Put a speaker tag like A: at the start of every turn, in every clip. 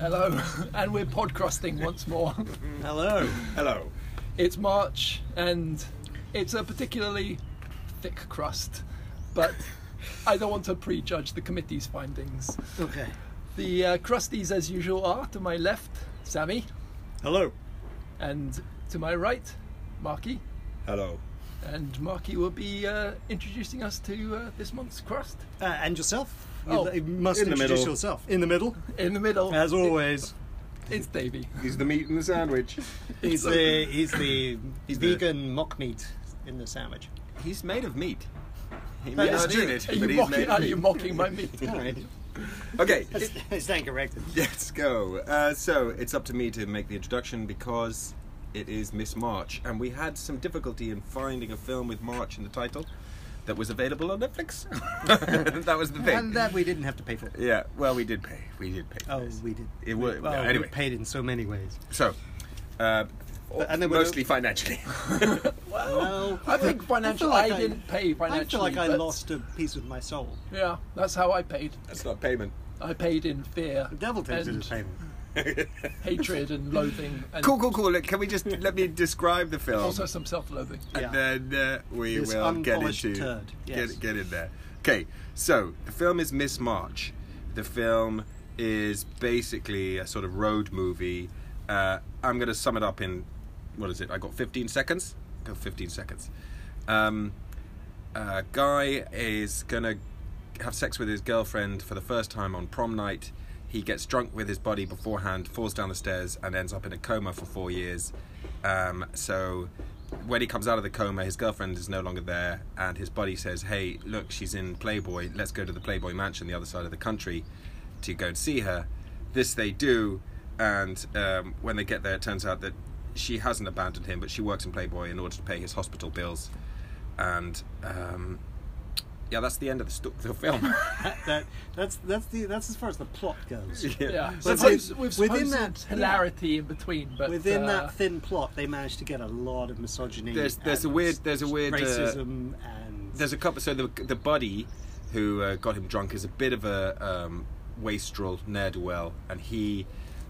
A: Hello, and we're podcasting once more.
B: Hello.
C: Hello.
A: It's March, and it's a particularly thick crust, but I don't want to prejudge the committee's findings.
B: Okay.
A: The uh, crusties, as usual, are to my left, Sammy,
B: Hello.
A: and to my right, Marky.
C: Hello.
A: And Marky will be uh, introducing us to uh, this month's crust
B: Uh, and yourself? You-
A: Oh,
B: you must
C: in the
B: introduce
C: middle.
B: yourself. In the middle,
A: in the middle.
B: as always.
A: it's Davey.
C: He's the meat in the sandwich.
B: He's the he's the
D: He's the-
B: vegan mock meat in the sandwich.
D: He's made of meat. He
B: That
D: may
B: is
D: not
B: true.
D: eat it,
A: Are you,
D: but he's
A: mocking,
D: made
A: are
D: of
A: you
D: meat.
A: mocking my meat?
D: Alright. Okay,
B: It's, it's then corrected.
D: let's go. Uh, so it's up to me to make the introduction because it is Miss March, and we had some difficulty in finding a film with March in the title that was available on Netflix. that was the thing.
B: And that we didn't have to pay for.
D: yeah, well, we did pay. We did pay.
B: Oh, we did.
D: It wa-
B: well,
D: yeah,
B: we
D: anyway.
B: paid in so many ways.
D: So, uh,
B: and then we don't-
D: mostly financially.
B: Well,
A: I think financially, I,
B: like I-
A: didn't pay
B: I
A: financially.
B: feel like I
A: but-
B: lost a piece of my soul.
A: Yeah, that's how I paid.
D: That's not payment.
A: I paid in fear,
B: The devil takes it
A: And-
B: as payment.
A: hatred, and loathing, and
D: Cool, cool, cool. Look, Can we just let me describe the film?
A: also some self-loathing.
D: and
B: Yeah.
D: then uh, we
B: This
D: will get
B: unpolished
D: into
B: turd, yes.
D: get get in there. Okay, so the film is Miss March. The film is basically a sort of road movie. Uh, I'm going to sum it up in what is it? I got 15 seconds. Got 15 seconds. Um, a uh, guy is gonna have sex with his girlfriend for the first time on prom night. He gets drunk with his buddy beforehand, falls down the stairs, and ends up in a coma for four years. Um, so when he comes out of the coma, his girlfriend is no longer there, and his buddy says, "Hey, look, she's in Playboy. Let's go to the Playboy Mansion, the other side of the country, to go and see her." This they do, and um, when they get there, it turns out that she hasn't abandoned him, but she works in Playboy in order to pay his hospital bills and um, yeah, that's the end of the, sto- the film.
B: That, that that's that's the that's as far as the plot goes.
A: Yeah,
B: So
A: Sometimes
B: with-
A: we've
B: within
A: within that
B: that-
A: hilarity in between, but
B: Within
A: uh,
B: that thin plot, they managed to get a lot of misogyny.
D: There's- there's a
B: and
D: weird- there's a weird, uh,
B: racism and
D: There's a couple. So the the buddy who uh, got him drunk is a bit of a um, wastrel ne'er do well, and he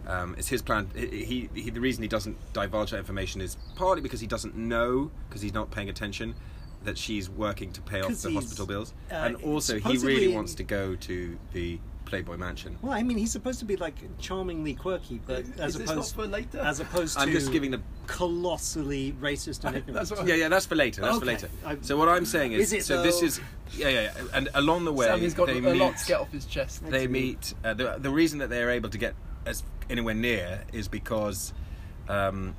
D: um, it's his plan. He, he the reason he doesn't divulge that information is partly because he doesn't know because he's not paying attention that she's working to pay off
B: 'Cause
D: the
B: he's,
D: hospital bills,
B: uh,
D: and also he
B: supposedly-
D: really wants to go to the Playboy Mansion.
B: Well, I mean, he's supposed to be like charmingly quirky, but as
A: is this not
B: opposed
A: for later?
B: as opposed to
D: I'm just giving the
B: colossally racist and ignorant.
A: that's what
D: Yeah, yeah, that's for later. That's for
B: Okay.
D: later.
B: I-
D: so what I'm saying
B: Is
D: is,
B: it
D: so this
B: though?
D: is, yeah, yeah, yeah, and along the way,
A: Sammy's got
D: they
A: a
D: meet,
A: lot to get off his chest.
D: They meet. Uh, the the reason that they are able to get as anywhere near is because um,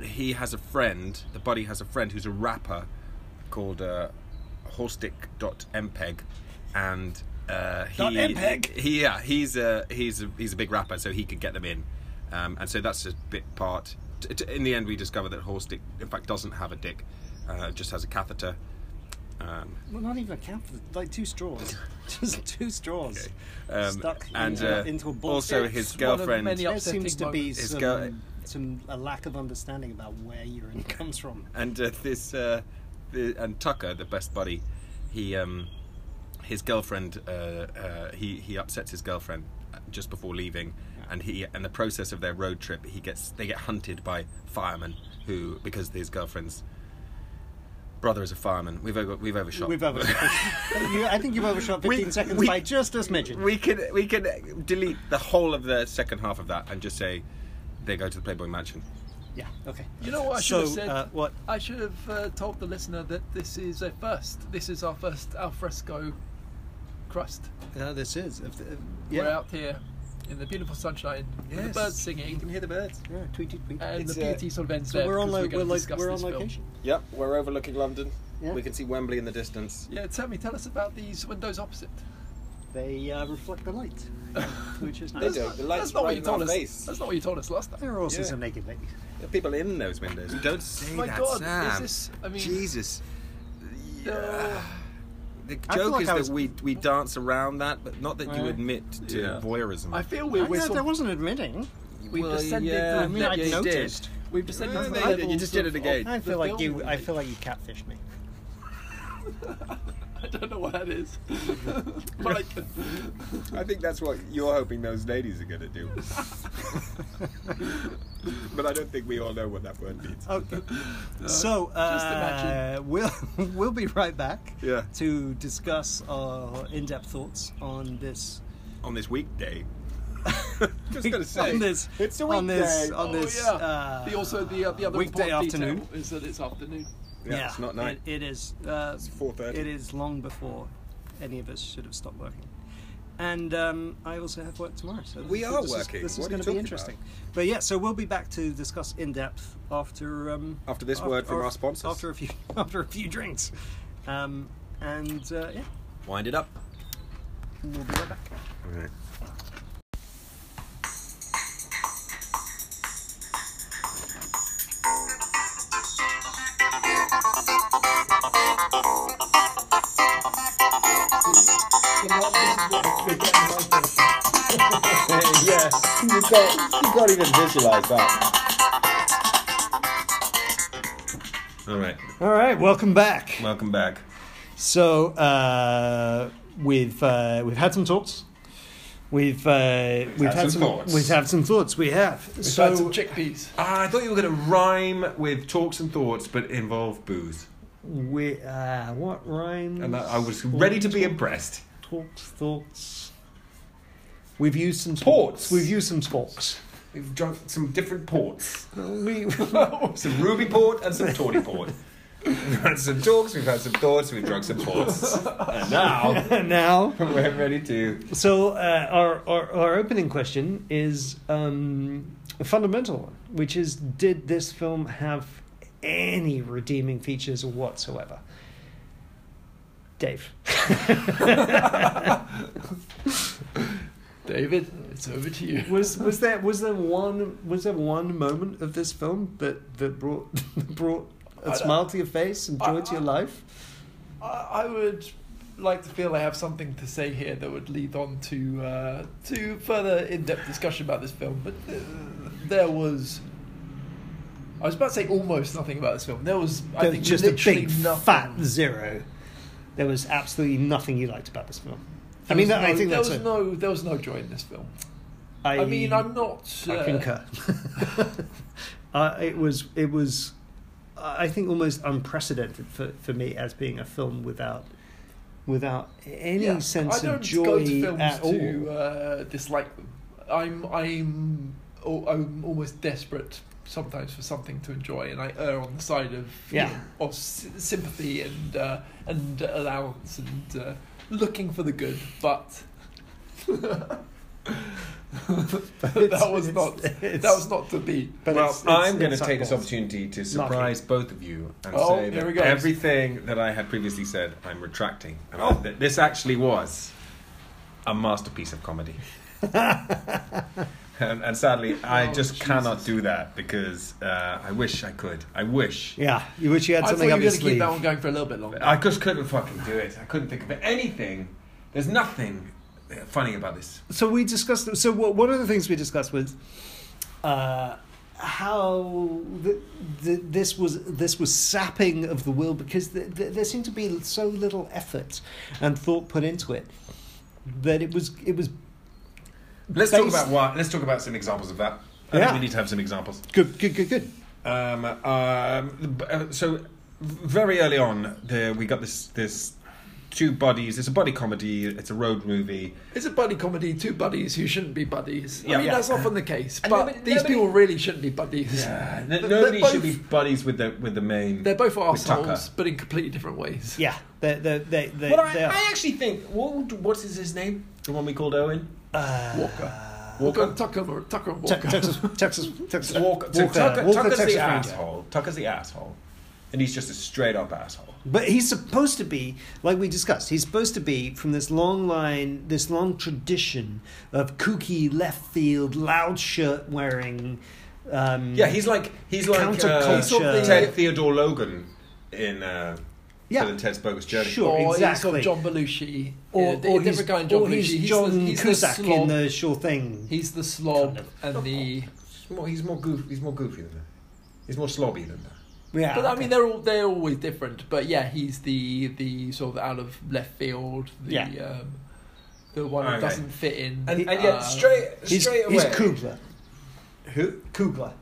D: he has a friend. The buddy has a friend who's a rapper called uh, Horstick.mpeg, and uh, he
A: Dot MPEG?
D: he yeah he's a he's a, he's a big rapper, so he could get them in, um, and so that's a bit part. T- t- in the end, we discover that horse dick, in fact, doesn't have a dick, uh, just has a catheter. Um,
B: Well, not even a cap, like two straws, just two straws
D: um,
B: stuck
D: and
B: into,
D: uh,
B: into a ball.
D: also
B: It's-
D: his
A: one of
D: girlfriend.
A: many
B: there
A: upsetting
B: seems to be
A: moments.
D: His
B: some,
D: girl-
B: some a lack of understanding about where urine comes from.
D: and uh, this uh, the, and Tucker, the best buddy, he um, his girlfriend uh, uh, he he upsets his girlfriend uh, just before leaving, and he and the process of their road trip he gets they get hunted by firemen who because his girlfriend's brother is a fireman. We've over, we've overshot.
B: We've overshot. you, I think you've overshot 15
D: We-
B: seconds
D: we-
B: by just a smidgen.
D: we could we could delete the whole of the second half of that and just say they go to the Playboy Mansion.
B: yeah. Okay.
A: You know what I should
B: so
A: have said?
B: uh, what?
A: I should have uh, told the listener that this is a first. This is our first alfresco crust.
B: Uh, this is. if the-
A: We're
B: yeah.
A: out here in the beautiful sunshine, with the birds singing,
D: hear the birds.
B: Yeah. Tweet, tweet, tweet.
A: and
D: It's,
A: the
D: uh,
A: beauty sort of ends
B: So
A: there
B: we're on,
A: because
B: lo-
A: we're going to
B: we're lo-
A: discuss
B: we're on
A: this film.
B: location.
D: Yep, we're overlooking London.
B: Yeah.
D: We can see Wembley in the distance.
A: Yeah, Sammy, tell us about these windows opposite.
B: They uh, reflect the light, which is
D: They
B: nice.
D: do. The light's
A: That's not what
D: right
A: you
D: in
A: told
D: our
A: us.
D: face.
A: That's not what you told us last time.
B: There are also
D: Yeah.
B: some naked ladies.
D: The people in those windows. Don't say
A: My
D: that,
A: God, is uh,
D: Sam.
A: this- I mean-
D: Jesus.
A: No.
D: the
B: I feel
D: joke
B: like
D: is
B: I
D: that
B: was-
D: we we dance around that, but not that you
B: Right.
D: admit to
C: Yeah.
D: voyeurism.
A: I feel
B: I
A: we're, we're
B: said
A: sort
B: I
A: of-
B: wasn't admitting.
A: we've
D: Well,
A: descended
D: yeah,
A: the-
B: I mean,
D: that
B: I'd
D: you did.
B: noticed.
A: we've descended
D: No,
A: the
D: no, you
A: levels
D: just did
A: of-
D: it again.
B: I feel
A: The
B: like you.
A: film
B: I feel like you catfished me.
A: I don't know what that is. Like,
C: I think that's what you're hoping those ladies are going to do. but I don't think we all know what that word means.
B: Okay. so uh,
A: imagine.
B: we'll we'll be right back.
C: Yeah.
B: To discuss our in-depth thoughts on this.
D: on this weekday.
C: Just going to say.
B: on this.
C: It's a
B: on this.
C: weekday.
B: On
A: oh
B: this.
A: yeah.
B: Uh,
A: the, also the uh, the other
B: weekday
A: important detail
B: afternoon.
A: is that it's afternoon.
C: Yeah, it's not night.
B: It, it is. Uh,
C: It's 4:30.
B: It is long before any of us should have stopped working. And um, I also have work tomorrow, so
D: We
B: this
D: are
B: is-
D: working.
B: This is
D: What are
B: going to be
D: you talking
B: interesting. But yeah, so we'll be back to discuss in depth after um,
D: After this word from our sponsors.
B: After a few after a few drinks, um, and uh, yeah,
D: Wind it up.
B: we'll be right back.
C: yeah, you can't, you can't even visualize that.
D: All right,
B: All right, welcome back.
D: welcome back.
B: So uh, we've uh, we've had some talks. We've uh, we've,
D: had some thoughts.
B: We've had some thoughts. We have.
A: We've
B: so
A: had some chickpeas.
D: Ah, I thought you were going to rhyme with talks and thoughts, but involve booze,
B: we uh, what rhymes?
D: and I, I was ready to be impressed.
B: Talks thoughts. We've used some
D: Ports.
B: We've used some sports.
D: We've drunk some different ports.
B: We,
D: some ruby port and some tawny port. We've had some talks, we've had some thoughts, we've drunk some ports. And now
B: now,
D: we're ready to.
B: so uh, our, our our opening question is um, a fundamental one, which is: Did this film have any redeeming features whatsoever? Dave.
A: David, it's over to you.
B: was was there was there one was there one moment of this film that that brought brought a smile to your face and joy to your life?
A: I, I would like to feel I have something to say here that would lead on to uh, to further in-depth discussion about this film. But uh, there was, I was about to say almost nothing about this film. There was, I
B: There
A: think,
B: was just a
A: literally
B: big
A: nothing.
B: fat zero. There was absolutely nothing you liked about this film. I
A: There
B: mean,
A: was
B: that, I
A: no-
B: think
A: there
B: that's
A: was
B: it.
A: no there was no joy in this film. I, mean, I'm not.
B: I
A: uh,
B: concur. uh, it was it was, I think almost unprecedented for, for me as being a film without without any
A: yeah,
B: sense
A: I don't
B: of
A: go
B: joy
A: to films
B: at all.
A: to uh, dislike them. I'm I'm al- I'm almost desperate sometimes for something to enjoy, and I err on the side of you
B: Yeah.
A: know, of s- sympathy and uh, and allowance and uh, looking for the good, but. that
B: it's-
A: was
B: it's-
A: not
B: it's-
A: that was not to be.
B: But
D: well,
B: it's- it's-
D: I'm going to
B: it's
D: take this
B: unfold.
D: opportunity to surprise both of you and
A: Oh,
D: say
A: here we
D: that
A: go.
D: everything that I had previously said, I'm retracting. And I- that this actually was a masterpiece of comedy. and, and sadly, I
A: Oh,
D: just
A: Jesus.
D: cannot do that because uh, I wish I could. I wish.
B: Yeah, you wish you had
A: I thought
B: something
A: you were
B: up your
A: going to keep
B: sleeve.
A: that one going for a little bit longer.
D: I just couldn't fucking do it. I couldn't think of anything. There's nothing uh, funny about this.
B: So we discussed. So what, one of the things we discussed was uh, how the, the, this was this was sapping of the will because the, the, there seemed to be so little effort and thought put into it that it was it was
D: Let's talk
B: Based-
D: about what. Let's talk about some examples of that. I
B: Yeah.
D: think we need to have some examples.
B: good good good good.
D: Um, um, b- uh, so very early on, the, we got this this two buddies. It's a buddy comedy. It's a road movie.
A: It's a buddy comedy, two buddies who shouldn't be buddies. I
D: Yeah.
A: mean,
D: Yeah.
A: that's often the case,
D: And
A: but
D: nobody-
A: these
D: nobody-
A: people really shouldn't be buddies.
D: N-
A: They're-
D: nobody
A: they're
D: should be
A: both-
D: buddies with the with the main.
A: They're both
D: with Tucker.
A: assholes, but in completely different ways.
B: Yeah, they they they they.
D: But I,
B: they are-
D: I actually think what would- what is his name? The one we called Owen.
B: uh,
A: Walker.
D: Walker?
A: Walker, Tucker, or- Tucker and
B: Te-
A: Walker.
B: Texas Texas Texas
D: Walker.
B: Walker,
D: Tucker,
B: Walker, Texas
D: Tucker's the
B: Ranger.
D: asshole. Tucker's the asshole, and he's just a straight up asshole.
B: But he's supposed to be, like we discussed, he's supposed to be from this long line, this long tradition of kooky, left field, loud shirt wearing. Um,
D: Yeah, he's like he's like uh,
B: Counterculture.
D: Ted Theodore Logan in uh,
B: Yeah.
E: Bill and Ted's Bogus Journey.
B: Sure.
A: or
B: exactly.
A: he's got John Belushi.
B: Or,
A: Yeah,
B: or
A: different
B: he's,
A: guy in
B: or he's
A: Belushi.
B: John
A: the, he's
B: Cusack
A: the
B: in
A: slob.
B: the Sure Thing.
A: He's the slob
B: Kind
A: and the.
E: He's more, he's more goofy. He's more goofy than that. He's more slobby than that.
B: yeah,
A: But I
B: okay.
A: mean, they're all they're always different. But yeah, he's the the sort of out of left field. The,
B: Yeah.
A: Um, the one who
E: Okay.
A: doesn't fit in.
B: And-
A: uh,
B: and he's, he's Kubler.
E: Who?
B: Kubler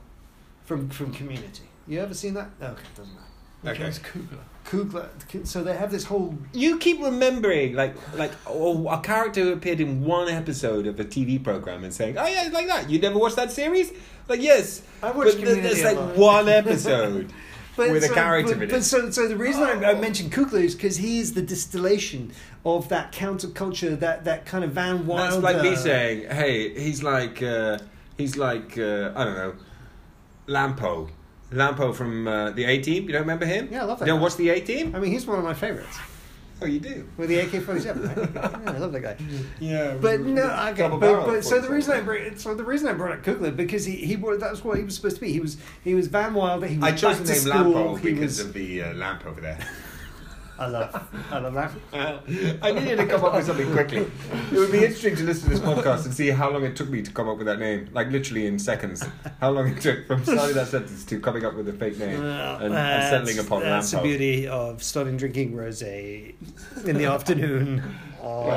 B: from from Community. You ever seen that? Okay, doesn't matter.
A: which
E: Okay.
A: one's Kubler?
B: Kubler. So they have this whole
D: You keep remembering like like oh, a character who appeared in one episode of a TV program and saying, "Oh yeah, it's like that." You never watched that series? Like yes,
B: I watched
D: but th-
B: Community
D: there's
B: a
D: like
B: lot.
D: one episode.
B: but
D: with a
B: so,
D: character
B: but,
D: in it.
B: But so, so the reason I, I mentioned Kugler is because he is the distillation of that counterculture, that that kind of Van
D: That's
B: Wilder.
D: like me saying, "Hey, he's like uh, he's like uh, I don't know, Lampo, Lampo from uh, the A Team. You don't remember him?
B: Yeah, I love that
D: You don't
B: guy.
D: watch the A Team?
B: I mean, he's one of my favorites
D: Oh, you do.
B: with the AK-47. Right? yeah, I love that guy.
D: Yeah,
B: But no, okay. But, but so the reason I bring, so the reason I brought up Kugler because he he brought, that's what he was supposed to be. He was he was Van Wilder. He was
E: I chose
B: back
E: the
B: to
E: name
B: school,
E: Lampo
B: he
E: because
B: was-
E: of the uh, lamp over there.
B: I love I love that.
D: Uh, I needed to come up with something quickly. It would be interesting to listen to this podcast and see how long it took me to come up with that name. Like literally in seconds, how long it took from starting that sentence to coming up with a fake name
B: Well,
D: and, and
B: that's-
D: settling upon
B: That's the
D: Lampo.
B: beauty of starting drinking rosé in the afternoon.
D: Well,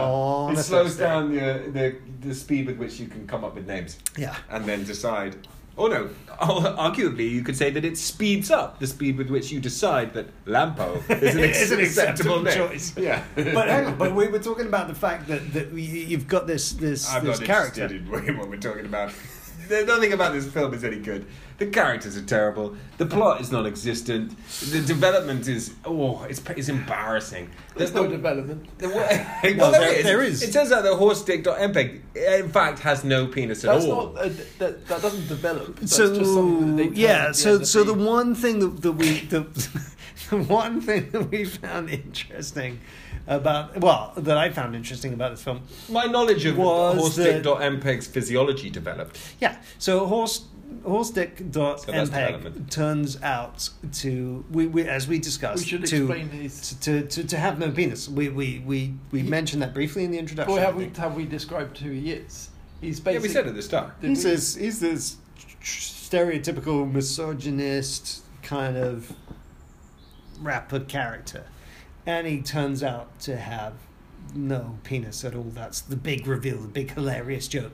B: on
D: it
B: a
D: slows
B: Thursday.
D: down the, the the speed with which you can come up with names.
B: Yeah.
D: and then decide. Oh no! Oh, arguably, you could say that it speeds up the speed with which you decide that Lampo is an,
B: It's an
D: acceptable,
B: acceptable
D: name.
B: choice.
D: Yeah,
B: But hang on, but we were talking about the fact that, that we, you've got this this,
D: I'm
B: this
D: not
B: character.
D: interested in what we're talking about. There's nothing about this film is any good. The characters are terrible. The plot is non-existent. The development is oh, it's it's embarrassing.
A: There's no development.
D: The way,
B: No,
D: well,
B: there-
D: there is.
B: there is.
D: It turns out that horse dick dot MPEG, in fact, has no penis at
A: That's
D: all.
A: not uh, that, that doesn't develop. That's
B: so
A: just something that they turn at
B: yeah,
A: the
B: so
A: end of
B: so the
A: the
B: one thing that, that we the, the one thing that we found interesting about well that I found interesting about this film
D: My knowledge of
B: Was
D: horse
B: that-
D: dick dot MPEG's physiology developed.
B: Yeah. So horse horse dick dot
D: So that's
B: MPEG
D: development.
B: turns out to we, we as we
A: we
B: discussed
A: should
B: to,
A: explain his.
B: to, to to have no penis. We we we, we mentioned that briefly in the introduction.
A: Boy,
B: I
A: have we
B: think.
A: have we described who he is? He's
D: Yeah, we
A: basically.
D: said at the start.
A: did
B: he's
A: we?
B: this he's this stereotypical misogynist kind of rapper character, and he turns out to have no penis at all. That's the big reveal, the big hilarious joke,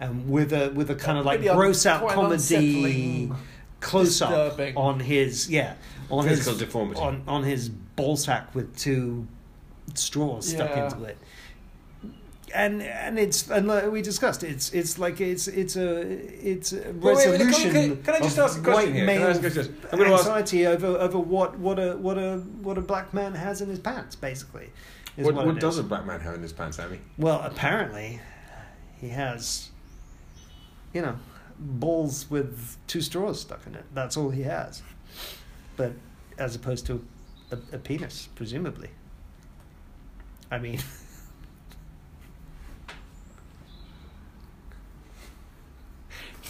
B: and with a with a kind of like
A: Really un-
B: gross out
A: quite an
B: comedy
A: unsettling,
B: close up
A: disturbing-
B: on his yeah on
D: Physical
B: his
D: deformity.
B: on on his ball sack with two straws stuck
A: Yeah.
B: into it and and it's and like we discussed it's it's like it's it's a it's a
D: Wait, wait, wait, can-
B: resolution
D: can- can I just
B: of
D: ask a question
B: white
D: here? Can I
B: male
D: ask a question? I'm gonna ask-
B: anxiety over over what what a what a what a black man has in his pants basically is
D: What,
B: what,
D: what,
B: it
D: does
B: is.
D: a black man have in his pants, Sammy?
B: well apparently he has you know balls with two straws stuck in it that's all he has but as opposed to a, a penis presumably i mean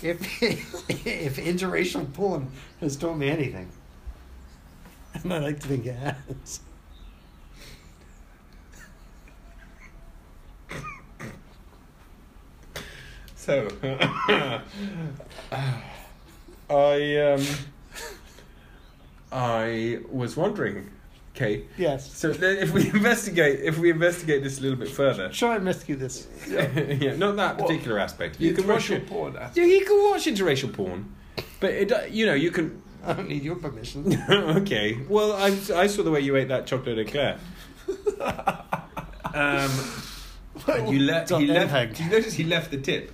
B: If if interracial porn has taught me anything, and I like to think it has.
D: So, I um, I was wondering, Kate.
B: Yes.
D: So then if we investigate, if we investigate this a little bit further,
B: Shall I rescue this?
D: yeah, not that
A: What?
D: particular aspect.
A: You can
D: watch
A: rush your
D: it-
A: porn. At.
D: Yeah, you can watch interracial porn, but it, do- you know you can.
B: I don't need your permission.
D: okay. Well, I I saw the way you ate that chocolate eclair. um, and you left.
B: Dot
D: He
B: MPEG.
D: left. Did you notice he left the tip?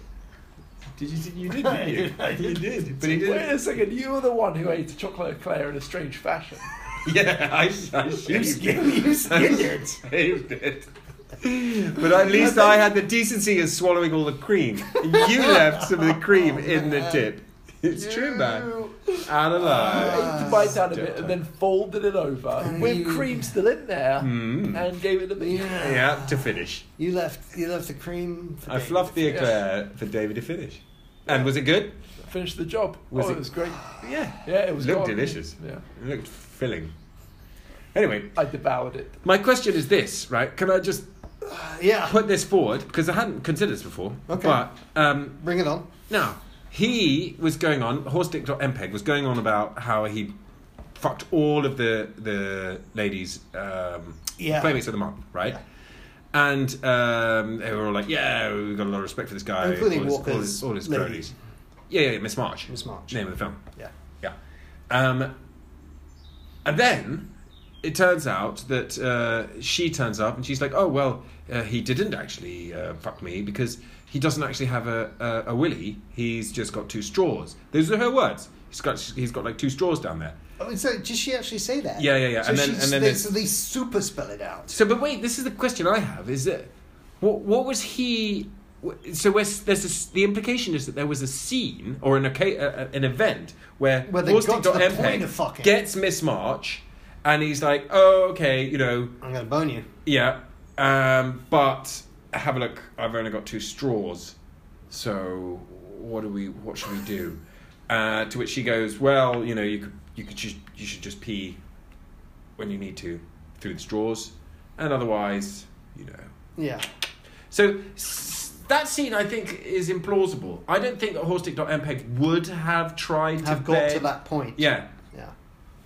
D: Did you? You did. Didn't you?
B: I did.
D: You did. But he
A: Wait a
D: didn't.
A: second, you were the one who ate a chocolate eclair in a strange fashion.
D: Yeah, I, I
B: You
D: shaved
B: skin, you skinned it.
D: Saved it. But at least I had the decency of swallowing all the cream. You left some of the cream in the tip. It's true, man.
A: You
D: And alive.
A: ate the bite out of it and then folded it over with cream still in there
D: Mm.
A: and gave it to me.
D: Yeah, to finish.
B: You left. You left the cream. For
D: I
B: David.
D: fluffed the eclair for David to finish. And was it good?
A: Finished the job.
D: Was
A: oh, it?
D: it-
A: was great.
D: Yeah.
A: Yeah, it was
D: Looked
A: gone.
D: delicious.
A: Yeah.
D: It looked filling.
C: Anyway,
A: I devoured it.
D: My question is this, right? Can I just
B: Uh, yeah.
D: put this forward because I hadn't considered this before?
B: Okay.
D: But um,
B: Bring it on.
D: now he was going on Horsedick.mpeg E was going on about how he fucked all of the the ladies um,
B: Yeah.
D: playmates of the month, right? And um, they were all like, "Yeah, we've got a lot of respect for this guy,
B: Including
D: all his, all
B: Walker's
D: his, all his
B: lady.
D: cronies." Yeah, yeah, yeah, Miss March.
B: Miss March.
D: Name of the film.
B: Yeah.
D: Yeah. Um, and then it turns out that uh, she turns up and she's like, oh, well, uh, he didn't actually uh, fuck me because he doesn't actually have a, a, a willy. He's just got two straws. Those are her words. He's got, he's got like two straws down there.
B: Oh, so did she actually say that?
D: Yeah, yeah, yeah.
B: So
D: And then-
B: she-
D: and then
B: they,
D: there's-
B: so they super spell it out.
D: So, but wait, this is the question I have is that what, what was he. wh- So where's- there's this, the implication is that there was a scene or an oca- uh, uh, an event where,
B: Where they got
D: Austin
B: to the
D: Mpeg
B: point of fucking.
D: gets Miss March, and he's like, "Oh, okay, you know,
B: I'm gonna bone you.
D: yeah, um, but have a look. I've only got two straws, so what do we? What should we do?" Uh, to which she goes, "Well, you know, you could, you could, just, you should just pee when you need to through the straws, and otherwise, you know."
B: Yeah.
D: So s- that scene, I think, is implausible. I don't think that Horstick.mpeg E would have tried to
B: Have got
D: beg-
B: to that point.
D: Yeah, Uh,
B: Yeah.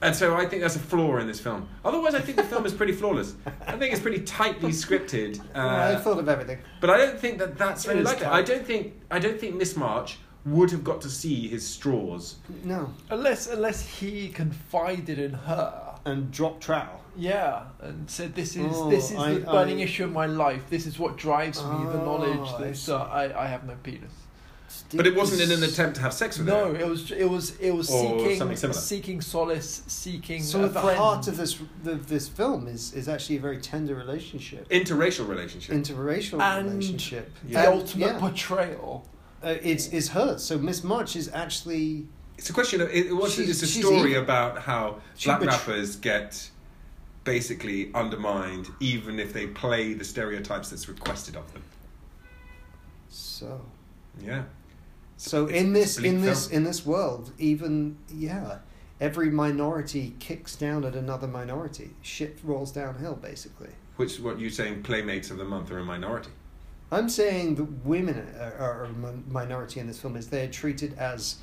D: and so I think that's a flaw in this film. Otherwise, I think the film is pretty flawless. I think it's pretty tightly scripted.
B: Well, I
D: Uh,
B: thought of everything.
D: but I don't think that that's
A: It
D: really
A: is
D: like that.
A: tight.
D: I don't think I don't think Miss March would have got to see his straws.
B: No.
A: Unless unless he confided in her.
B: And drop trowel.
A: Yeah, and said this is
B: Oh,
A: this is
B: I-
A: the burning
B: I-
A: issue of my life. This is what drives me, the
B: Oh,
A: knowledge
B: I
A: that uh, I I have no penis.
D: But it wasn't in an attempt to have sex with
A: No,
D: her.
A: it was it was it was
D: Or something
A: seeking
D: similar.
A: seeking solace, seeking
B: So
A: a
B: at the
A: friend.
B: heart of this of this film is is actually a very tender relationship,
D: Interracial relationship.
B: interracial
A: And
B: relationship.
A: the
B: And,
A: ultimate
B: yeah,
A: portrayal.
B: uh, it's is her. So Miss March is actually
D: it's a question of it, it was
B: She's-
D: it's a
B: she's
D: story
B: evil.
D: about how
B: She
D: black
B: betr-
D: rappers get basically undermined even if they play the stereotypes that's requested of them.
B: so.
D: Yeah.
B: So
D: It's-
B: in
D: it's
B: this
D: a bleak
B: in this
D: film.
B: in this world, even yeah, every minority kicks down at another minority. Shit rolls downhill, basically.
D: which is what you're saying playmates of the month are a minority.
B: I'm saying that women are, are a min- minority in this film. Is they're treated as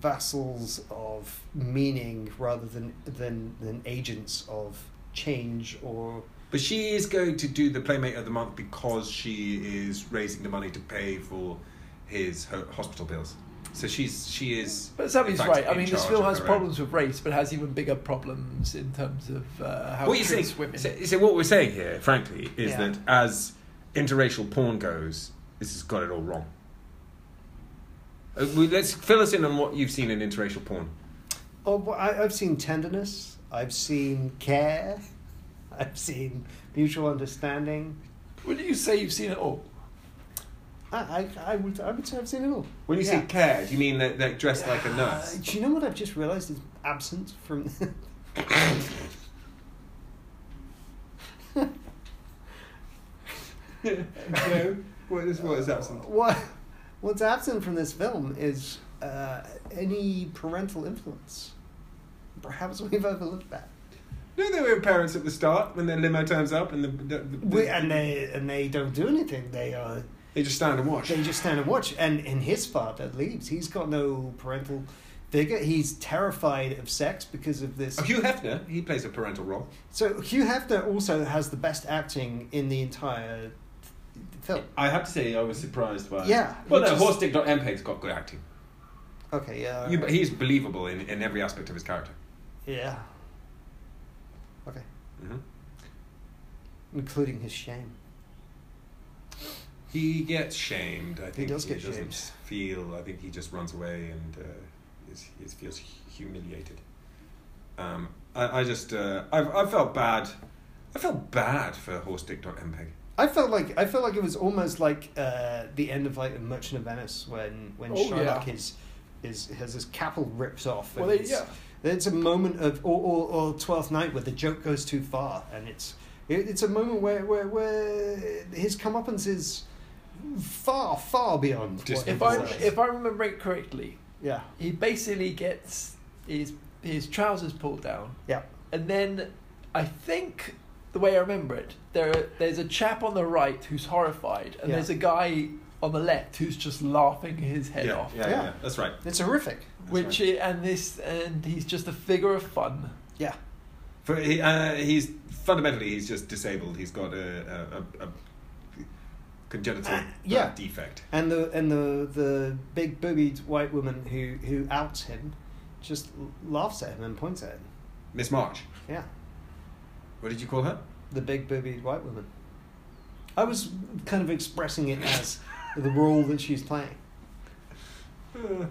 B: vassals of meaning rather than than than agents of change or
D: But she is going to do the Playmate of the Month because she is raising the money to pay for his ho- hospital bills. So she's she is.
A: But
D: in
A: Sammy's
D: fact,
A: right. I
D: in
A: mean, this
D: charge
A: film
D: of
A: has
D: her own.
A: problems with race, but has even bigger problems in terms of uh, how
D: What
A: it
D: you
A: treats
D: saying?
A: women.
D: So, so what we're saying here, frankly, is
B: Yeah.
D: that as interracial porn goes, this has got it all wrong. Uh, we- let's fill us in on what you've seen in interracial porn.
B: Oh, well, I, I've seen tenderness. I've seen care. I've seen mutual understanding.
A: Would you say you've seen it all?
B: I, I, I would I would say I've seen it all.
D: When you
B: Yeah.
D: say care, do you mean that they're dressed like a nurse?
B: Uh, do you know what I've just realised is absent from.
D: no. What is, what is absent?
B: what what's absent from this film is uh, any parental influence. Perhaps we've overlooked that.
D: No, they were parents at the start when their limo turns up and the, the, the-
B: We, and they and they don't do anything. They are
D: they just stand and watch.
B: they just stand and watch. And in his father leaves. He's got no parental figure. He's terrified of sex because of this.
A: Oh,
D: Hugh Hefner, he plays a parental role.
B: So Hugh Hefner also has the best acting in the entire th- film.
D: I have to say, I was surprised
B: Oh.
D: by.
B: Yeah,
D: Well,
B: which
D: no,
B: is-
D: Horsedick.mpeg's got good acting.
B: Okay, yeah.
D: You, but he's believable in, in every aspect of his character.
B: Yeah. Okay.
D: Mm-hmm.
B: Including his shame.
D: He gets shamed. I think he,
B: does get
D: doesn't
B: shamed.
D: feel. I think he just runs away and uh, is, is feels humiliated. Um, I, I just uh, I've, I felt bad. I felt bad for Horsedick.mpeg.
B: I felt like I felt like it was almost like uh, the end of like Merchant of Venice when when
A: Oh,
B: Shylock
A: yeah.
B: is is has his capel ripped off.
A: Well,
B: and
A: they,
B: it's-
A: yeah.
B: It's a moment of or, or, or Twelfth Night where the joke goes too far, and it's it, it's a moment where where where his comeuppance is far far beyond. what
D: Just
B: he
A: If I
B: deserves.
A: if I remember it correctly,
B: yeah
A: he basically gets his his trousers pulled down,
B: yeah
A: and then I think the way I remember it, there there's a chap on the right who's horrified, and
B: Yeah.
A: there's a guy on the left who's just laughing his head
F: yeah,
A: off.
F: yeah,
B: Yeah.
F: yeah, that's right.
B: It's horrific.
A: Which i and this and he's just a figure of fun.
B: Yeah.
F: For
D: He, uh, he's fundamentally he's just disabled. He's got a, a, a, a
A: Uh,
D: congenital
B: yeah.
D: blood defect.
B: And the and the the big boobied white woman who who outs him just l- laughs at him and points at him.
D: Miss March.
B: Yeah.
D: What did you call her?
B: The big boobied white woman. I was kind of expressing it as the role that she's playing.
A: Uh,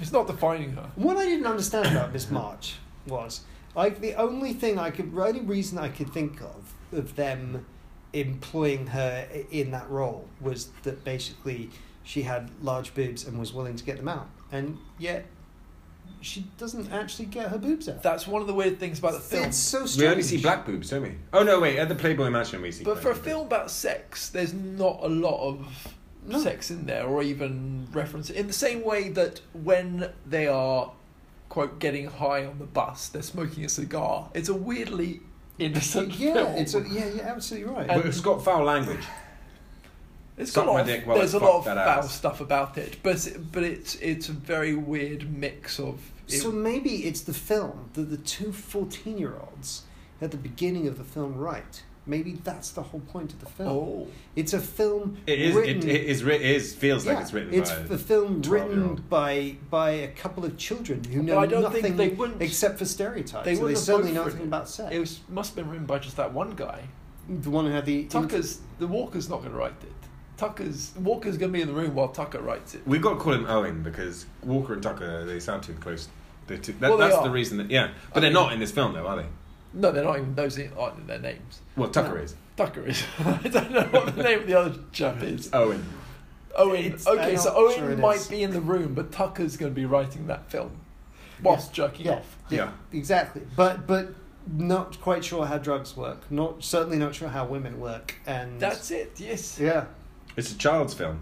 A: It's not defining her.
B: What I didn't understand about Miss March was like the only thing I could, only reason I could think of of them employing her i- in that role was that basically she had large boobs and was willing to get them out, and yet she doesn't actually get her boobs out.
A: That's one of the weird things about the film.
B: it's so strange.
D: We only see black boobs, don't we? Oh no, wait. At the Playboy Mansion, we see.
A: But
D: black
A: for a
D: boobs.
A: film about sex, there's not a lot of
B: No.
A: sex in there, or even reference. In the same way that when they are quote getting high on the bus, they're smoking a cigar. It's a weirdly innocent
B: Yeah,
A: film.
B: it's a, yeah, you're absolutely right.
A: And-
D: But it's got foul language.
A: It's
D: Suck
A: got a lot
D: my
A: of,
D: dick while I
A: there's a
D: fuck
A: lot of
D: that
A: foul
D: ass.
A: stuff about it, but but it's it's a very weird mix of. It,
B: So maybe it's the film that the two 14 year olds at the beginning of the film write. Maybe that's the whole point of the film.
A: oh,
B: It's a film
D: It is.
B: written.
D: It, it is. writ- It is, feels
B: yeah,
D: like it's written.
B: It's
D: by
B: a film
D: 12-year-old.
B: written by by a couple of children who
A: But
B: know
A: I don't
B: nothing
A: think they wouldn't-
B: except for stereotypes.
A: they
B: and they
A: wouldn't have
B: certainly
A: both
B: know
A: written
B: nothing
A: it.
B: about sex.
A: it was, must have been written by just that one guy.
B: the one who had the
A: Tucker's the Walker's not going to write it. Tucker's Walker's going to be in the room while Tucker writes it.
D: We've got to call him Owen because Walker and Tucker they sound too close. They're too, that,
A: Well, they
D: that's
A: are.
D: the reason. That, yeah, but
A: I
D: they're
A: mean-
D: not in this film though, are they?
A: No, they're not even those aren't in their names.
D: Well, Tucker
B: No.
D: is
A: Tucker is. I don't know what the name of the other chap is.
D: Owen.
A: Owen.
B: It's- I'm
A: okay, so
B: not
A: Owen
B: sure it
A: might
B: is.
A: be in the room, but Tucker's going to be writing that film whilst jerking
B: yeah,
A: off.
B: yeah, exactly. But but not quite sure how drugs work. Not certainly not sure how women work. And
A: That's it. Yes.
B: yeah,
D: It's a child's film.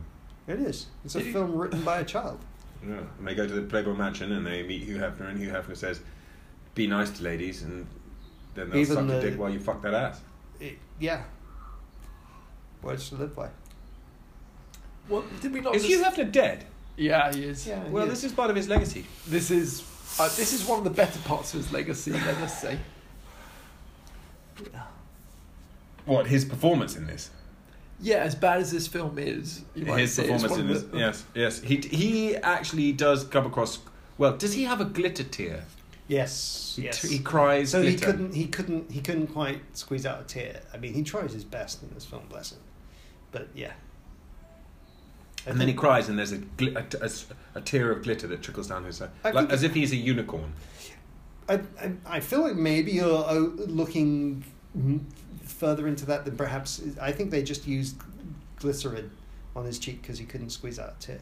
B: it is. It's a
A: Did you-
B: film written by a child.
D: Yeah. And they go to the Playboy Mansion and they meet Hugh Hefner, and Hugh Hefner says, "Be nice to ladies," and then they'll
B: Even
D: suck your
B: the-
D: dick while you fuck that ass.
B: It, yeah, words to live by.
A: Well, did we not?
D: Is
A: just-
D: Hugh Hefner dead?
A: Yeah, he is.
B: Yeah.
D: Well, this is part of his legacy.
A: This is uh, this is one of the better parts of his legacy. Let us say.
D: What his performance in this?
A: Yeah, as bad as this film is, you might
D: his
A: say it's
D: performance
A: one
D: in
A: of
D: this.
A: the-
D: Yes, yes. He he actually does come across. Well, does he have a glitter tear?
B: Yes.
D: He,
B: yes.
D: t- he cries.
B: so he
D: glitter.
B: couldn't. He couldn't. He couldn't quite squeeze out a tear. I mean, he tries his best in this film, bless him. But yeah. I
D: And then he
B: think-
D: cries, and there's a, gl- a, t- a s- a tear of glitter that trickles down his side,
B: I
D: like,
B: think-
D: as if he's a unicorn.
B: I, I, I feel like maybe you're uh, looking m- further into that than perhaps. I think they just used glycerin on his cheek because he couldn't squeeze out a tear,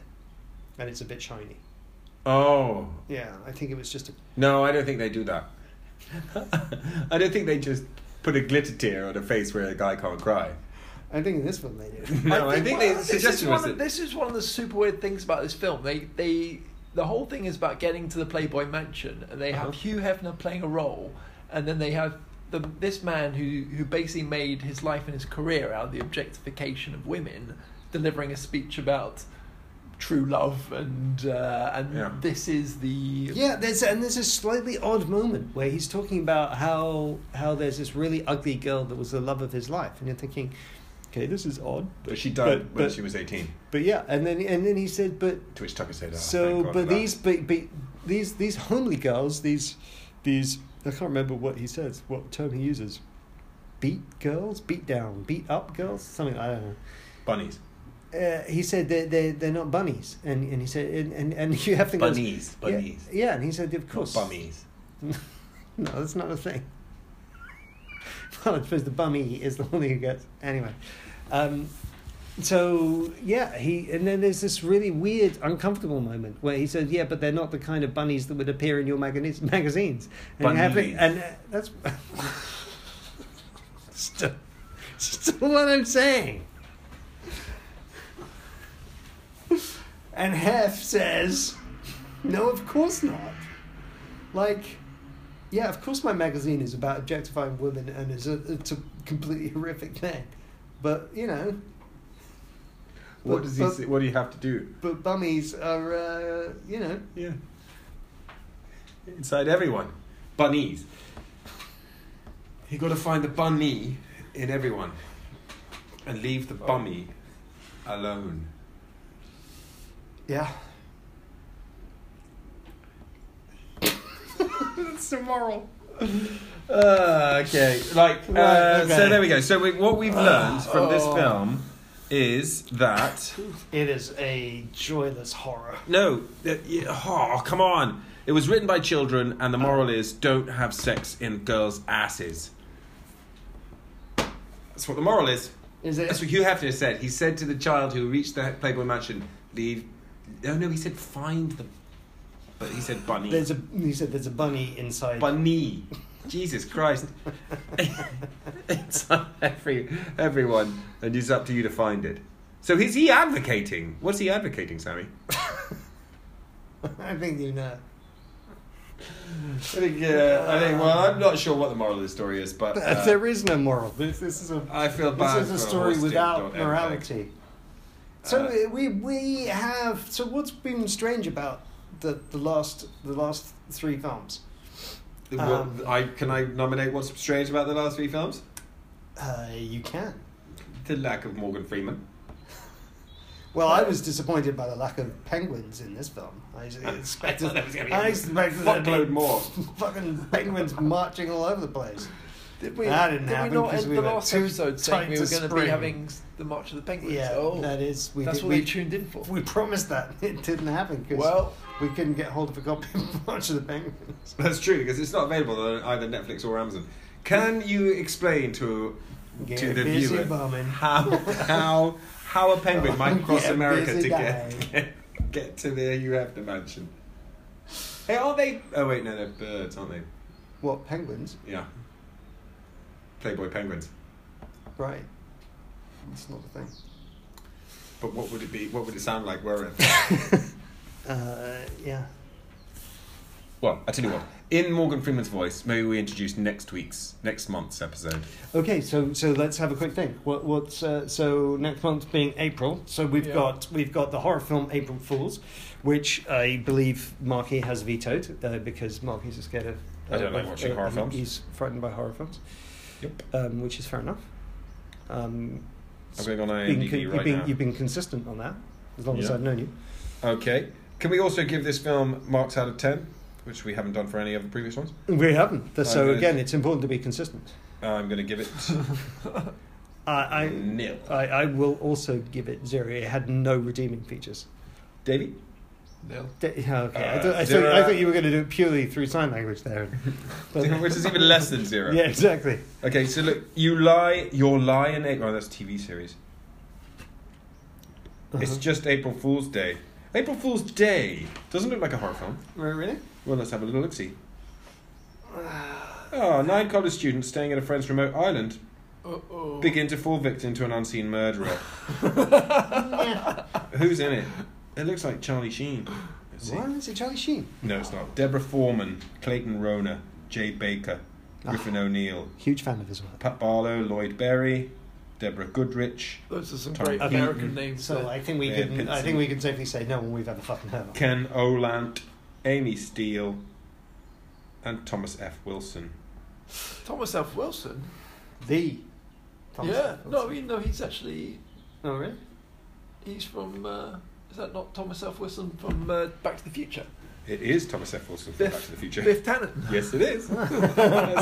B: and it's a bit shiny.
D: Oh
B: Yeah, I think it was just a.
D: no, I don't think they do that. I don't think they just put a glitter tear on a face where a guy can't cry.
B: I think in this film they did.
D: No, I think,
A: well,
D: the
A: this is
D: suggestion
A: one
D: was
A: of-
D: that
A: this is one of the super weird things about this film. They they the whole thing is about getting to the Playboy Mansion, and they
D: Uh-huh.
A: have Hugh Hefner playing a role, and then they have the, this man who who basically made his life and his career out of the objectification of women, delivering a speech about true love and uh, and
D: Yeah.
A: this is the
B: Yeah, there's and there's a slightly odd moment where he's talking about how how there's this really ugly girl that was the love of his life, and you're thinking, okay, this is odd.
D: but she died
B: but,
D: when
B: but-
D: she was eighteen.
B: But yeah, and then and then he said, but
D: To which Tucker said, oh,
B: so,
D: thank
B: but
D: God for that."
B: these, but, but these these homely girls, these these I can't remember what he says, what term he uses, beat girls, beat down, beat up girls, something I don't know.
D: bunnies,
B: Uh, he said they're, they're, they're not bunnies, and, and he said and, and, and you have to go
D: bunnies, bunnies,
B: Yeah, yeah, and he said of course
D: bummies.
B: no, that's not a thing. well, I suppose the bummy is the one who gets anyway. Um, so yeah, he and then there's this really weird, uncomfortable moment where he said, "Yeah, but they're not the kind of bunnies that would appear in your magazines." magazines. And, you have to-
D: Bunnies.
B: and uh, that's still, still what I'm saying. And Hef says, "No, of course not." Like, yeah, of course, my magazine is about objectifying women and is a, it's a completely horrific thing. But, you know,
D: What
B: But-
D: does he?
B: but-
D: say, what do you have to do?
B: but bummies are, uh, you know,
D: Yeah. Inside everyone, bunnies. You got to find the bunny in everyone, and leave
B: Oh.
D: the bummy alone.
B: yeah.
D: That's the moral. Uh, okay, like uh,
B: Right, okay. Ah,
D: so. There we go. So we, what we've learned from this
B: Oh.
D: film is that
B: It is a joyless horror.
G: No, that- yeah, oh, come on. It was written by children, and the moral is don't have sex in girls' asses.
D: that's what the moral is.
B: Is it?
D: That's what Hugh Hefner said. He said to the child who reached the Playboy Mansion, "Leave." No, no, he said find the. But he said bunny.
B: There's a, you said there's a bunny inside.
D: bunny. Jesus Christ! it's on every everyone, and it's up to you to find it. So is he advocating? What's he advocating, Sammy?
B: I think you know.
D: I think. Uh, I think. Well, I'm not sure what the moral of the story is, but uh,
B: there is no moral. This, this is a
D: I feel
B: this
D: bad.
B: is a
D: for
B: story
D: Horsted
B: without
D: Dot
B: morality. So
D: Uh,
B: we we have so what's been strange about the, the last the last three films?
D: Epcot. uh, Well,
B: Um,
D: I can I nominate what's strange about the last three films?
B: Uh, you can.
D: The lack of Morgan Freeman.
B: Well, I was disappointed by the lack of penguins in this film. I s- expected
D: there was gonna be
B: I
D: a
B: expected there'd be
D: fuckload more.
B: fucking penguins marching all over the place.
A: Did we,
B: That didn't
A: did
B: happen
A: we not
B: 'cause
A: end
B: we
A: the
B: were
A: last
B: too
A: episode saying
B: tight
A: we
B: to
A: were going to
B: spring.
A: be having s- the March of the Penguins?
B: Yeah,
A: oh,
B: that is. We
A: that's
B: did,
A: what
B: we,
A: we tuned in for.
B: we promised that it didn't happen because
A: Well-
B: we couldn't get hold of a copy of March of the Penguins.
D: That's true because it's not available on either Netflix or Amazon. Can you explain to to
B: Get
D: the
B: busy
D: viewer
B: bombing.
D: how how how a penguin might cross
B: Get
D: America
B: busy
D: to
B: dying.
D: get, get get to the you have the mansion? Hey, aren't they? Oh wait, no, they're birds, aren't they?
B: What penguins?
D: Yeah, Playboy penguins.
B: Right. That's not the thing.
D: But what would it be? What would it sound like? Were it?
B: Uh, yeah.
D: well, I tell you what. In Morgan Freeman's voice, maybe we introduce next week's next month's episode.
B: Okay, so so let's have a quick thing. What what's uh, so next month being April? So we've
A: Yeah.
B: got we've got the horror film April Fools, which I believe Marky has vetoed uh, because Marky's is scared of.
D: I don't
B: uh,
D: like watching horror
B: he-
D: films.
B: He's frightened by horror films,
D: Yep.
B: um, which is fair enough. Um,
D: I'm going on
B: being con-
D: IMDb
B: you've
D: right
B: been
D: now.
B: you've been consistent on that as long as
D: Yeah.
B: I've known you.
D: Okay. Can we also give this film marks out of 10, which we haven't done for any of the previous ones?
B: We haven't. Th- So
D: Okay.
B: again, it's important to be consistent.
D: I'm going to give it
B: I I,
D: nil.
B: I I will also give it zero. It had no redeeming features.
D: Davey?
A: No.
B: D- yeah, Okay, I,
D: Uh,
B: thought, I, thought,
D: zero
B: I
D: out-
B: thought you were going to do it purely through sign language there, But-
D: Which is even less than zero.
B: yeah, exactly.
D: Okay, so look, You Lie, Your Lie in April. Oh, that's TV series. It's
B: Uh-huh.
D: just April Fool's Day. April Fool's Day doesn't look like a horror film.
B: Re- really?
D: Well, let's have a little look see. Ah, nine college students staying at a friend's remote island
A: Uh-oh.
D: begin to fall victim to an unseen murderer. Who's in it? It looks like Charlie Sheen. Let's see.
B: Why is it Charlie Sheen?
D: No, it's not. Deborah Foreman, Clayton Rona, Jay Baker, Griffin O'Neill,
B: Huge fan of his work.
D: Pat Barlow, Lloyd Berry, Deborah Goodrich,
A: Those are some
D: Tom
A: great
D: Keaton.
A: American names.
B: So
A: there.
B: I think we
D: Yeah,
B: can. I
D: Pinson.
B: think we can safely say no one we've ever fucking heard of.
D: Ken Olant, Amy Steele, and Thomas F. Wilson.
A: Thomas F. Wilson.
B: the. Thomas
A: yeah.
B: F.
A: No,
B: Wilson.
A: you know he's actually
B: Oh really?
A: he's from. Uh, is that not Thomas F. Wilson from uh, Back to the Future?
D: It is Thomas F. Wilson from
A: Biff-
D: Back to the Future.
A: Biff Tannen.
D: Yes, it is. that's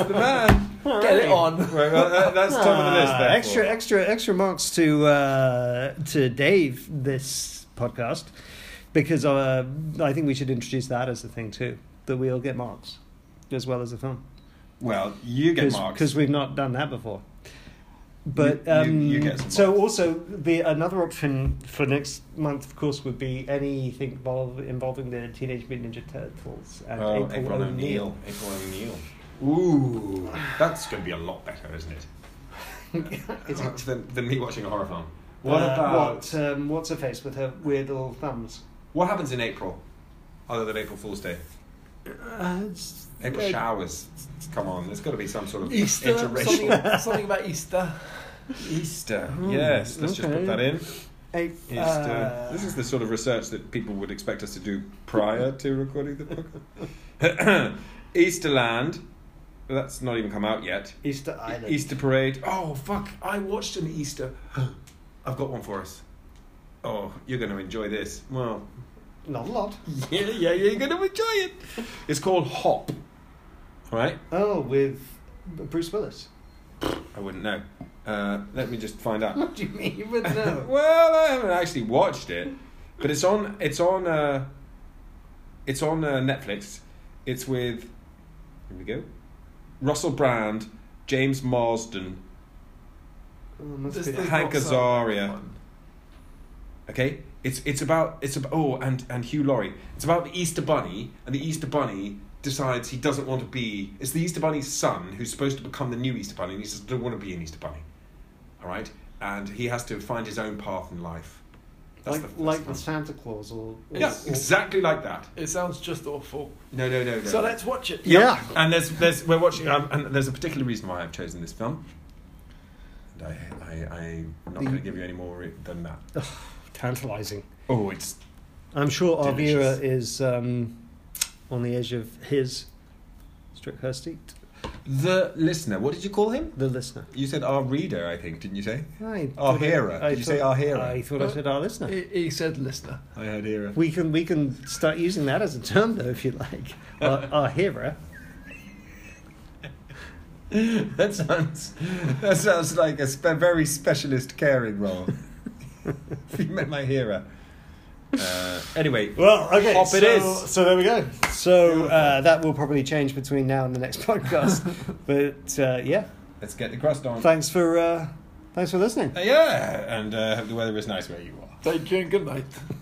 D: the man.
A: Get it on.
D: Right, well, that- that's top of the list.
B: Ah,
D: Therefore.
B: extra, extra, extra marks to uh, to Dave this podcast because uh, I think we should introduce that as a thing too that we all get marks as well as the film
D: Well, you get marks.
B: because we've not done that before. But
D: You- you-
B: um,
D: you get some
B: so
D: marks.
B: also the another option for next month, of course, would be anything involve, involving the Teenage Mutant Ninja Turtles and
D: Oh,
B: April, O'Neil. Uh,
D: April O'Neil. Ooh, that's going to be a lot better, isn't it?
B: Is it-
D: than, than me watching a horror film. What
B: uh,
D: about
B: what,
D: what,
B: um, what's her face with her weird little thumbs?
D: happens in April, other than April Fool's Day?
B: Uh, it's
D: April
A: Yeah.
D: showers. Come on, there's got to be some sort of
A: Easter,
D: interracial
A: something, something about Easter.
D: Easter. yes, let's just
B: okay. Uh,
D: put that in.
B: Eight,
D: Easter. this is the sort of research that people would expect us to do prior to recording the podcast. Easterland. That's not even come out yet.
B: Easter Island.
D: Easter parade. Oh fuck! I watched an Easter. I've got one for us. Oh, you're going to enjoy this. Well,
B: Not a lot.
D: yeah, yeah, you're going to enjoy it. It's called Hop. Right?
B: Oh, with Bruce Willis.
D: I wouldn't know. Uh, let me just find out.
B: What do you mean? You wouldn't know.
D: well, I haven't actually watched it, but it's on. It's on. Uh, it's on uh, Netflix. It's with. Here we go. Russell Brand, James Marsden.
B: Oh, must
A: This
B: be-
A: does
D: Hank
A: not sound
D: Azaria.
A: like fun.
D: Okay, it's it's about it's about oh and and Hugh Laurie. It's about the Easter Bunny, and the Easter Bunny decides he doesn't want to be. It's the Easter Bunny's son who's supposed to become the new Easter Bunny, and he says, "I don't want to be an Easter Bunny." All right, and he has to find his own path in life.
B: like
D: first
B: like the
D: one.
B: Santa Claus or, or
D: Yeah,
B: or-
D: exactly like that.
A: It sounds just awful.
D: No, no, no, no.
A: So let's watch it.
B: Yeah.
D: And there's, there's, we're watching, um, and there's a particular reason why I've chosen this film. And I, I, I'm not going to give you any more re- than that.
B: tantalizing.
D: Oh, it's
B: I'm sure our viewer
D: Delicious.
B: is um, on the edge of his Strickhurst eat
D: the listener. What did you call him?
B: the listener.
D: You said our reader, I think, didn't you say?
B: I
D: Our
B: thought I-
D: hearer.
B: I
D: Did you
B: thought-
D: say our hearer?
B: I thought I said our listener.
A: He, he said, listener.
D: I heard era.
B: We can we can start using that as a term though, if you like. Our, our hearer.
D: that sounds, that sounds like a spe- very specialist caring role. you met my hero. Uh, anyway,
B: Well, okay.
D: Hop
B: so,
D: it is.
B: So there we go. So uh, that will probably change between now and the next podcast. but uh, yeah,
D: let's get the crust on.
B: thanks for uh, thanks for listening.
D: Uh, yeah, and uh, hope the weather is nice where you are.
A: Thank you and good night.